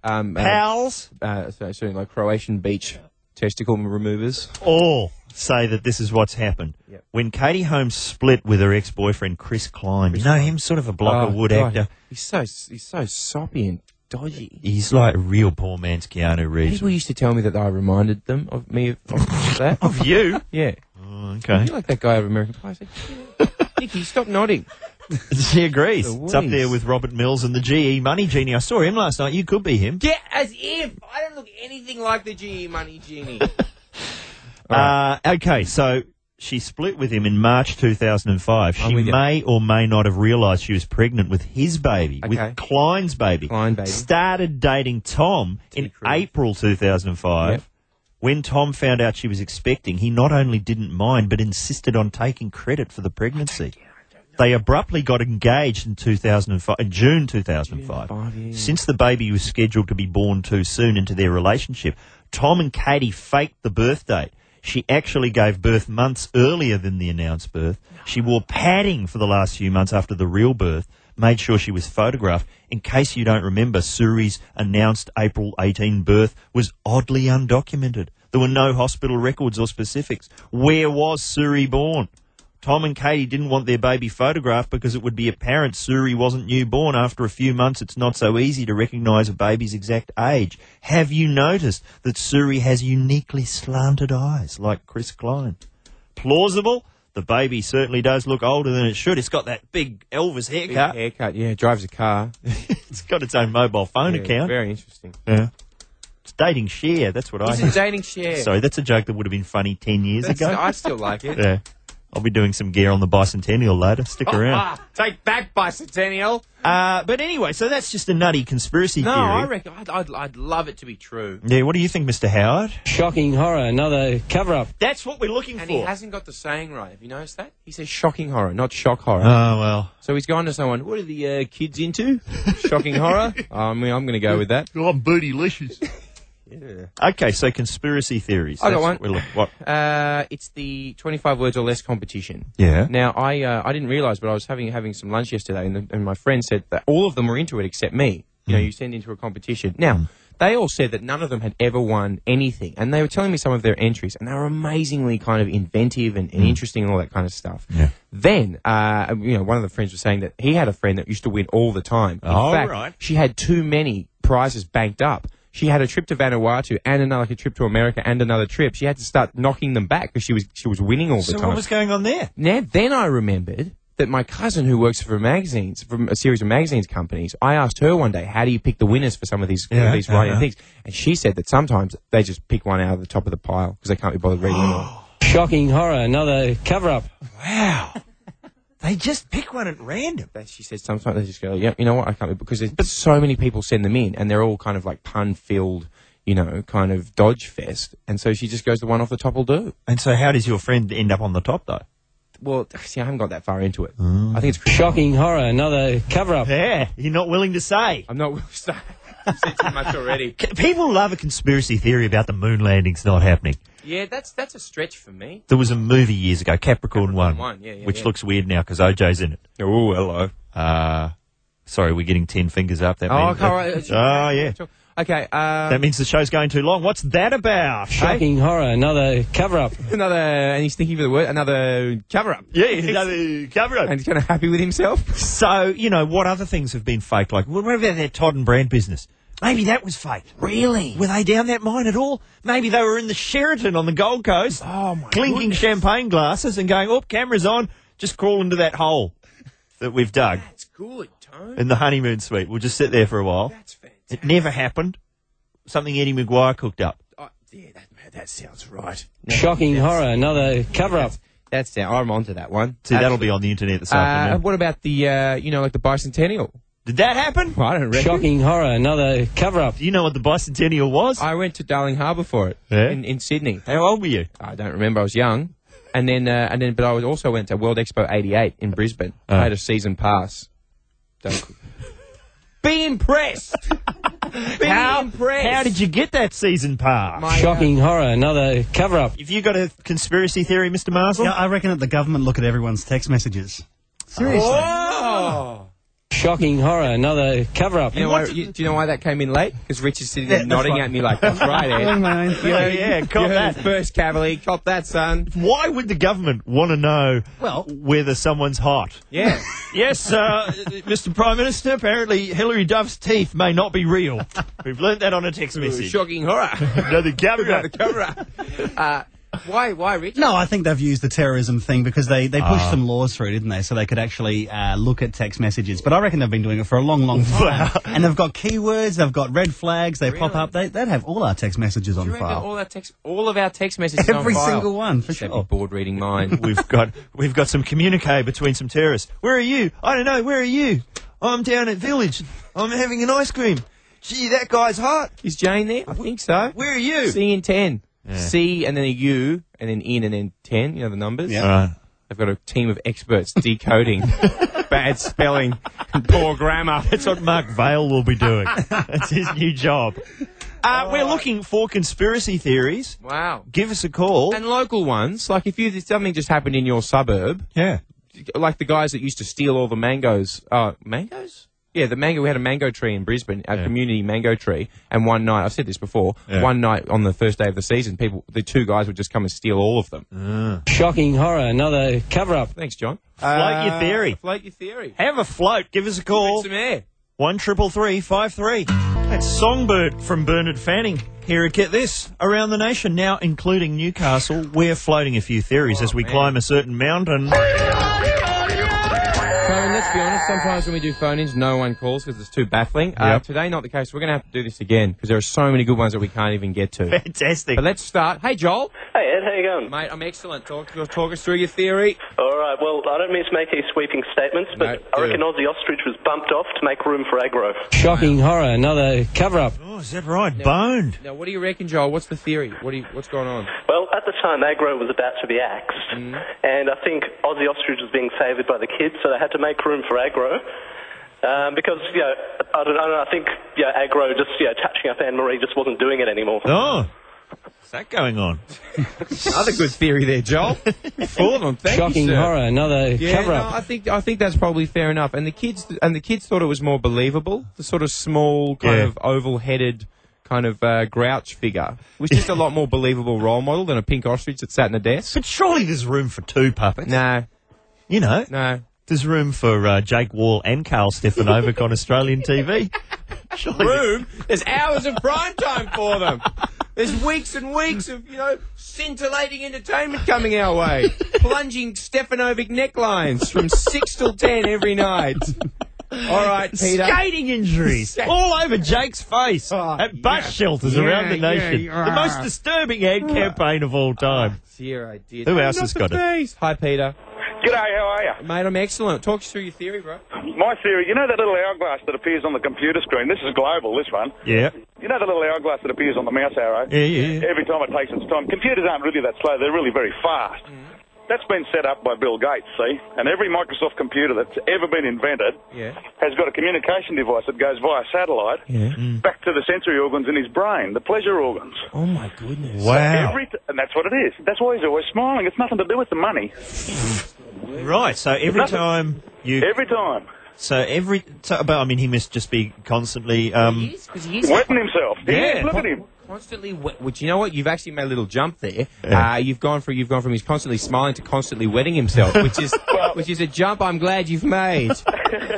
S3: Um, uh,
S2: Pals?
S3: Uh, so, so like Croatian beach testicle removers.
S2: all say that this is what's happened. When Katie Holmes split with her ex-boyfriend Chris Klein, you know him, sort of a block of
S3: Oh,
S2: wood
S3: God.
S2: actor.
S3: He's so he's so soppy and dodgy.
S2: He's like a real poor man's Keanu Reeves.
S3: People used to tell me that I reminded them of me of, of that.
S2: (laughs) of you?
S3: (laughs) Yeah.
S2: Oh, okay.
S3: You like that guy over American Pie? I said, Nicky, stop nodding.
S2: She agrees.
S3: The
S2: It's up
S3: Woodies.
S2: there with Robert Mills and the GE Money Genie. I saw him last night. You could be him.
S3: Yeah, as if I don't look anything like the GE Money Genie.
S2: (laughs) Uh, okay, so she split with him in March 2005. She may or may not have realised she was pregnant with his baby, with Klein's baby. Klein
S3: baby.
S2: Started dating Tom in April 2005. When Tom found out she was expecting, he not only didn't mind, but insisted on taking credit for the pregnancy. They abruptly got engaged in 2005, in June 2005. Since the baby was scheduled to be born too soon into their relationship, Tom and Katie faked the birth date. She actually gave birth months earlier than the announced birth. She wore padding for the last few months after the real birth, made sure she was photographed. In case you don't remember, Suri's announced April 18 birth was oddly undocumented. There were no hospital records or specifics. Where was Suri born? Tom and Katie didn't want their baby photographed because it would be apparent Suri wasn't newborn. After a few months, it's not so easy to recognize a baby's exact age. Have you noticed that Suri has uniquely slanted eyes, like Chris Klein? Plausible? The baby certainly does look older than it should. It's got that big Elvis haircut.
S3: haircut, yeah, drives a car.
S2: (laughs) it's got its own mobile phone
S3: Yeah,
S2: account.
S3: Very interesting.
S2: Yeah. It's dating share. That's what I.
S3: He's a dating share.
S2: Sorry, that's a joke that would have been funny ten years
S3: That's-
S2: ago.
S3: I still like it.
S2: Yeah. I'll be doing some gear on the bicentennial later.
S3: Oh,
S2: Stick around.
S3: Ah, Take back, Bicentennial.
S2: Uh, but anyway, so that's just a nutty conspiracy
S3: No,
S2: theory.
S3: I reckon I'd, I'd, I'd love it to be true.
S2: yeah, what do you think, Mr. Howard?
S26: Shocking horror, another cover up.
S2: That's what we're looking
S3: and
S2: for.
S3: he hasn't got the saying right. Have you noticed that? He says shocking horror, not shock horror.
S2: Oh, well.
S3: So he's gone to someone. What are the uh, kids into? Shocking horror. I mean, I'm going to go with that.
S2: I'm bootylicious.
S3: yeah.
S2: Okay, so conspiracy theories.
S3: I got
S2: That's
S3: one.
S2: What we're look- what?
S3: Uh, it's the 25 words or less competition.
S2: Yeah.
S3: Now I uh, I didn't realise, but I was having having some lunch yesterday, and, and my friend said that all of them were into it except me. You
S2: Hmm.
S3: know, you send into a competition. Now they all said that none of them had ever won anything, and they were telling me some of their entries, and they were amazingly kind of inventive and,
S2: Hmm.
S3: and interesting and all that kind of stuff. Then uh, you know, one of the friends was saying that he had a friend that used to win all the time. In
S2: All
S3: fact,
S2: right.
S3: she had too many prizes banked up. She had a trip to Vanuatu and another like a trip to America and another trip. She had to start knocking them back because she was she was winning all the
S2: So
S3: time.
S2: what was going on there?
S3: Now, then I remembered that my cousin who works for magazines, from a series of magazines companies, I asked her one day, how do you pick the winners for some of these,
S2: Yeah,
S3: these writing
S2: uh-huh.
S3: things? And she said that sometimes they just pick one out of the top of the pile because they can't be bothered reading
S2: (gasps)
S3: them all.
S26: Shocking horror, another cover up.
S2: They just pick one at random.
S3: She said sometimes they just go, yeah, you know what, I can't be, because there's but so many people send them in and they're all kind of like pun filled, you know, kind of dodge fest. And so she just goes, the one off the top will do.
S2: And so, how does your friend end up on the top, though?
S3: Well, see, I haven't got that far into it.
S2: Mm.
S3: I think it's
S26: Shocking horror, another cover up.
S2: Yeah, you're not willing to say.
S3: I'm not (laughs) willing to say. too much already.
S2: People love a conspiracy theory about the moon landings not happening.
S3: Yeah, that's that's a stretch for me.
S2: There was a movie years ago, Capricorn, One,
S3: One, yeah, yeah,
S2: which
S3: yeah.
S2: looks weird now because OJ's in it.
S3: Oh, hello.
S2: Uh, sorry, we're getting ten fingers up. That
S3: Oh,
S2: means
S3: okay, all right.
S2: oh yeah,
S3: Okay. Um,
S2: that means the show's going too long. What's that about? eh?
S26: Shocking horror, another cover up.
S3: another, and he's thinking for the word, another cover up.
S2: Yeah, another cover up.
S3: And he's kind of happy with himself.
S2: So you know what other things have been faked? Like what about that Todd and Brand business? Maybe that was fake. Really? Were they down that mine at all? Maybe they were in the Sheraton on the Gold Coast, oh, clinking champagne glasses and going, "Oh, cameras on." Just crawl into that hole. that we've dug
S1: It's cool, Tone.
S2: in the honeymoon suite. We'll just sit there for a while. That's fantastic. It never happened. Something Eddie McGuire cooked up.
S3: Oh,
S1: That sounds right.
S26: Shocking horror, another cover up.
S3: That's it. I'm onto that one.
S2: See, that'll be on the internet this
S3: Uh,
S2: afternoon.
S3: what about the, uh, you know, like the bicentennial? (laughs)
S2: Did that happen?
S3: I don't reckon.
S26: Shocking horror, another cover up.
S2: Do you know what the bicentennial was?
S3: I went to Darling Harbour for it
S2: Yeah?
S3: in, in Sydney.
S2: How old were you?
S3: I don't remember. I was young, and then uh, and then, but I was also went to World Expo '88 in Brisbane.
S2: Ah.
S3: I had a season pass.
S2: (laughs)
S3: Don't be impressed. be
S2: How,
S3: impressed. uh,
S2: how
S3: (laughs)
S2: did you get that season pass?
S26: Shocking horror, another cover up.
S2: Have you got a conspiracy theory, Mr. Marsden?
S25: Yeah, I reckon that the government look at everyone's text messages. Seriously.
S26: Shocking horror, another cover up.
S3: Oh! You know why, you, do you know why that came in late? Because Richard's sitting there
S26: Yeah, that's
S3: nodding
S26: right.
S3: at me like,
S2: (laughs)
S3: "That's right, Ed."
S26: Oh, my own
S3: You
S26: theory.
S3: know,
S2: Yeah, cop
S3: you heard
S2: that.
S3: it first, Cavalier. Cop that, son.
S2: Why would the government want to know
S25: Well-
S2: whether someone's hot? (laughs)
S3: Yeah.
S2: yes, uh, (laughs) Mr. Prime Minister, apparently Hillary Duff's teeth may not be real. (laughs) We've learnt that on a text
S3: Ooh,
S2: message.
S3: Shocking
S2: (laughs)
S3: horror. (laughs)
S2: No, the
S3: Got the
S2: government.
S3: camera. Uh, why? Why, Richard?
S25: No, I think they've used the terrorism thing because they, they pushed
S2: Ah.
S25: some laws through, didn't they? So they could actually uh, look at text messages. But I reckon they've been doing it for a long,
S3: (laughs)
S25: long time. and they've got keywords, they've got red flags, they pop up. They, they'd have all our text messages on
S3: You reckon
S25: file. (laughs)
S3: all our text, all of our text messages on
S25: Every
S3: file?
S25: single one, for
S3: That'd be
S25: sure.
S3: bored
S2: (laughs)
S3: reading
S2: (laughs)
S3: mine.
S2: we've got we've got some communique between some terrorists. Where are you? I don't know. Where are you? I'm down at village. I'm having an ice cream. Gee, that guy's hot.
S3: Is Jane there? I think so.
S2: Where are you?
S3: C and ten. C and then a U and then in and then ten. You know the numbers.
S25: Yeah.
S2: All right.
S3: They've got a team of experts decoding bad spelling, and poor grammar.
S2: That's what Mark Vale will be (laughs) doing. That's his new job. Uh, we're looking for conspiracy theories.
S3: Wow.
S2: Give us a call.
S3: And local ones, like if you if something just happened in your suburb,
S2: yeah.
S3: like the guys that used to steal all the mangoes. Uh, mangoes? Yeah, the mango. We had a mango tree in Brisbane, a community mango tree. And one night, I've said this before.
S2: Yeah.
S3: One night on the first day of the season, people, the two guys would just come and steal all of them.
S2: Ah.
S26: Shocking horror, another cover up.
S3: Thanks, John. Uh,
S2: Float your theory.
S3: Float your theory.
S2: Have a float. Give us a
S3: Drink
S2: call.
S3: some air.
S2: One triple three five three. That's Songbird from Bernard Fanning. Here at Get This, around the nation now, including Newcastle, we're floating a few theories as we climb a certain (laughs) mountain.
S3: So let's be honest. Sometimes when we do phone-ins, no one calls because it's too baffling. Uh,
S2: Yep.
S3: today, not the case. We're going to have to do this again because there are so many good ones that we can't even get to.
S2: Fantastic.
S3: But let's start. Hey, Joel.
S22: Hey Ed, how you going?
S3: Mate, I'm excellent. Talk, talk us through your theory.
S22: All right. Well, I don't mean to make any sweeping statements,
S3: No,
S22: but I
S3: do.
S22: reckon Aussie Ostrich was bumped off to make room for aggro.
S26: Shocking horror, another cover up.
S2: Oh, is that right? Boned.
S3: Now, what do you reckon, Joel? What's the theory? What do you, what's going on?
S22: Well, at the time, aggro was about to be axed, and I think Aussie Ostrich was being favoured by the kids, so they had to make room for aggro. Um, because you know, I don't, I don't know. I think you know, aggro just you know, touching up Anne Marie just wasn't doing it anymore.
S2: Oh, what's that going on?
S3: Another good theory there, Joel. (laughs) Full of them. Thank you,
S26: Shocking
S3: sir.
S26: horror, another
S3: Yeah,
S26: cover
S3: no,
S26: up.
S3: I think I think that's probably fair enough. And the kids and the kids thought it was more believable. The sort of small, kind
S2: Yeah.
S3: of oval-headed, kind of uh, grouch figure was just a lot more believable role model than a pink ostrich that sat in a (laughs) desk.
S2: But surely there's room for two puppets.
S3: No,
S2: You know,
S3: no.
S2: there's room for uh, Jake Wall and Carl Stefanovic on
S3: (laughs)
S2: Australian TV. Surely
S3: Room. There's hours of prime time for them. There's weeks and weeks of you know scintillating entertainment coming our way, plunging Stefanovic necklines from six till ten every night. All right, Peter.
S2: Skating
S3: (laughs)
S2: injuries all over Jake's face
S3: Oh,
S2: at bus
S3: yeah.
S2: shelters
S3: Yeah,
S2: around the
S3: yeah,
S2: nation.
S3: yeah.
S2: The most disturbing ad campaign of all time.
S3: Dear, I did.
S2: Who else has got it?
S3: it? Hi, Peter.
S27: G'day, how are you?
S3: Mate, I'm excellent. Talk us through your theory, bro.
S27: My theory, you know that little hourglass that appears on the computer screen? This is global, this one.
S2: Yeah.
S27: You know the little hourglass that appears on the mouse arrow?
S2: Yeah, yeah, yeah.
S27: Every time it takes its time. Computers aren't really that slow, they're really very fast.
S2: Mm.
S27: That's been set up by Bill Gates, see? And every Microsoft computer that's ever been invented
S3: Yeah.
S27: has got a communication device that goes via satellite
S3: Yeah.
S27: back to the sensory organs in his brain, the pleasure organs.
S3: Mm. Oh my goodness.
S2: Wow.
S27: Every t- and that's what it is. That's why he's always smiling. It's nothing to do with the money.
S2: Right. So every
S27: Nothing.
S2: time you,
S27: Every time.
S2: so every, so, but I mean, he must just be constantly. Um,
S7: Because he's
S27: Wetting himself.
S2: Yeah.
S27: Look at him.
S3: Constantly, wet. Which you know what? You've actually made a little jump there.
S2: Yeah.
S3: Uh, you've gone from you've gone from he's constantly smiling to constantly wetting himself, which is which is a jump. I'm glad you've made.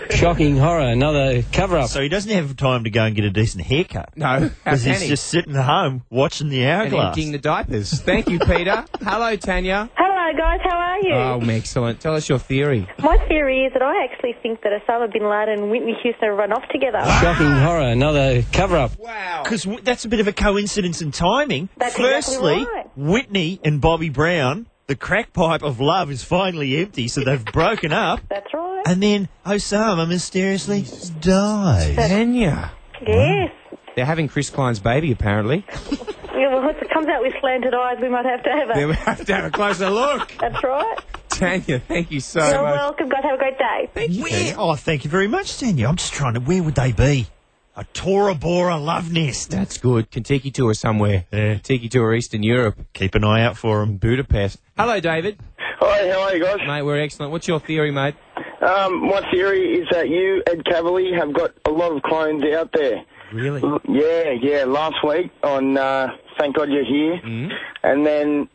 S26: Shocking horror, another cover up.
S2: so he doesn't have time to go and get a decent haircut
S3: No, how
S2: because
S3: can
S2: he's
S3: he?
S2: just sitting at home watching the
S3: and
S2: hourglass.
S3: emptying the diapers. Thank you, Peter. Hello, Tanya.
S28: Hello,
S6: Hello, guys. How are you?
S3: Oh, excellent. Tell us your theory.
S6: My theory is that I actually think that Osama bin Laden and Whitney Houston run off together.
S26: Shocking horror, another cover up.
S2: Wow. Because w- that's a bit of a coincidence in timing.
S6: That's exactly
S2: Firstly,
S6: right.
S2: Whitney and Bobby Brown, the crack pipe of love is finally empty, so
S6: (laughs)
S2: they've broken up.
S6: That's right.
S2: And then Osama mysteriously dies.
S3: Kenya.
S6: Yes.
S3: They're having Chris Klein's baby, apparently. (laughs)
S6: Yeah, well, if it comes out with slanted eyes, we might have to have
S3: Then we
S6: it.
S3: have to have a closer look.
S6: That's right.
S3: Tanya, thank you so
S6: You're
S3: much.
S6: welcome, guys. Have a great day.
S2: Where? Oh, thank you very much, Tanya. I'm just trying to. Where would they be? A Tora Bora love nest.
S3: That's good. Kentucky tour somewhere. Yeah. Kentucky tour Eastern Europe.
S2: Keep an eye out for them.
S3: Budapest. Hello, David.
S12: Hi, how are you guys?
S3: Mate, we're excellent. What's your theory, mate?
S12: Um, my theory is that you, Ed Cavalier, have got a lot of clones out there.
S3: Really?
S12: L- Yeah, yeah. Last week on uh, Thank God You're Here,
S3: Mm-hmm.
S12: and then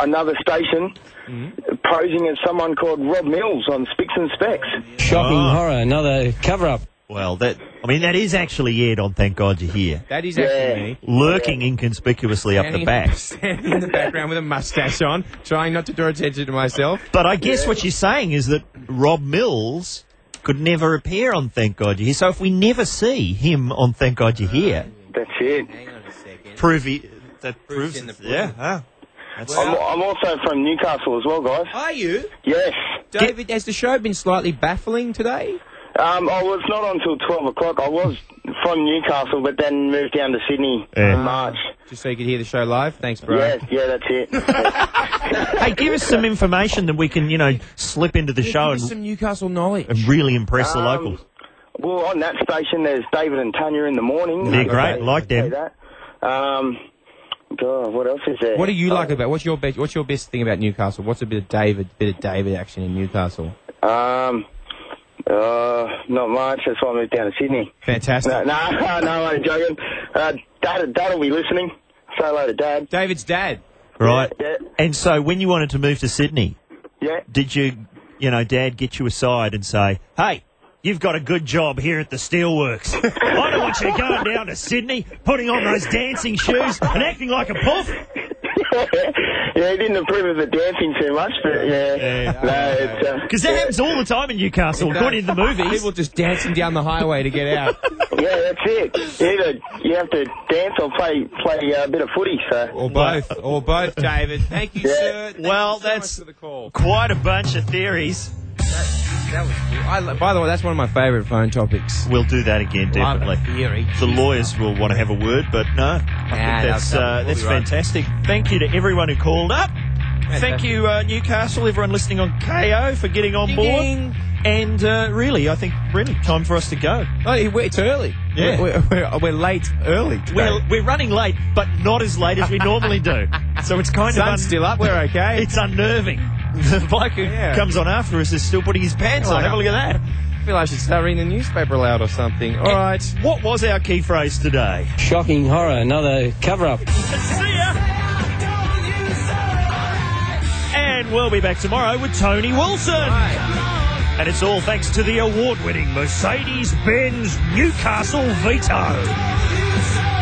S12: another station
S3: Mm-hmm.
S12: posing as someone called Rob Mills on Spicks and Specks.
S26: Shocking horror, another cover up.
S2: Ah. Well, that I mean, that is actually aired on Thank God You're Here.
S3: That is actually me.
S2: Lurking inconspicuously up the
S3: (laughs) Standing-
S2: back.
S3: Standing in the background with a mustache on, trying not to draw attention to myself.
S2: But I guess what you're saying is that Rob Mills could never appear on Thank God You're Here. So if we never see him on Thank God You're Here,
S12: That's it.
S2: prove he, that proves it. Yeah. huh. That's
S12: I'm, I'm also from Newcastle as well, guys.
S3: Are you?
S12: Yes.
S3: David, has the show been slightly baffling today?
S12: Um, I was not on till 12 o'clock. I was from Newcastle, but then moved down to Sydney
S2: Yeah.
S12: in March.
S3: Just so you could hear the show live? Thanks, bro.
S12: Yeah, yeah, that's it.
S2: Uh, Hey, give us some information that we can, you know, slip into the
S3: Yeah,
S2: show
S3: give us
S2: and,
S3: some Oh, Newcastle knowledge.
S2: and really impress the
S12: Um,
S2: locals.
S12: Well, on that station, there's David and Tanya in the morning.
S2: They're great,
S12: They-
S2: like
S12: they
S2: them.
S12: say That. Um, God, what else is there?
S3: What do you like about? What's your best? What's your best thing about Newcastle? What's a bit of David, bit of David action in Newcastle?
S12: Um, uh, not much. That's why I moved down to Sydney.
S3: Fantastic.
S12: No, no, (laughs) no I'm joking. Uh, Dad, Dad will be listening. Say hello to Dad.
S3: David's dad.
S2: Right.
S12: Yeah,
S2: And so when you wanted to move to Sydney,
S12: yeah.
S2: did you, you know, Dad get you aside and say, hey, you've got a good job here at the Steelworks. I don't want you going down to Sydney, putting on those dancing shoes and acting like a puff.
S12: (laughs) yeah, he didn't approve of the dancing too much, but yeah. No, it's, uh,
S2: Because that happens all the time in Newcastle, according to the movies.
S3: People just dancing down the highway to get out.
S2: (laughs)
S12: yeah, that's it. You, either, you have to dance or play play uh, a bit of footy, so.
S3: Or both. Or both, (laughs) David. Thank you, sir. Thank
S2: Well,
S3: you so
S2: that's-
S3: much for the call.
S2: Quite a bunch of theories.
S3: That was cool. I, lo- by the way, that's one of my favourite phone topics.
S2: We'll do that again,
S3: Love
S2: definitely.
S3: it. Theory.
S2: The lawyers will want to have a word, but no, I
S3: Nah,
S2: think that's
S3: no, no,
S2: uh,
S3: we'll
S2: that's
S3: be right.
S2: fantastic. Thank you to everyone who called up. Thank you, uh, Newcastle, everyone listening on KO for getting on board.
S3: ding.
S2: And uh, really, I think really time for us to go.
S3: Oh, it's early.
S2: Yeah.
S3: We're, we're, we're late early. today.
S2: We're, we're running late, but not as late as we normally
S3: (laughs)
S2: do. So it's kind of
S3: Sun's still up. We're
S2: (laughs)
S3: okay.
S2: It's unnerving. The bloke who (laughs)
S3: Yeah.
S2: comes on after us is still putting his pants
S3: Oh,
S2: on.
S3: I-
S2: Have a look at that.
S3: I feel I should start reading the newspaper aloud or something. All right.
S2: What was our key phrase today?
S26: Shocking horror, another cover up.
S2: See ya. And we'll be back tomorrow with Tony Wilson. And it's all thanks to the award winning Mercedes Benz Newcastle Vito.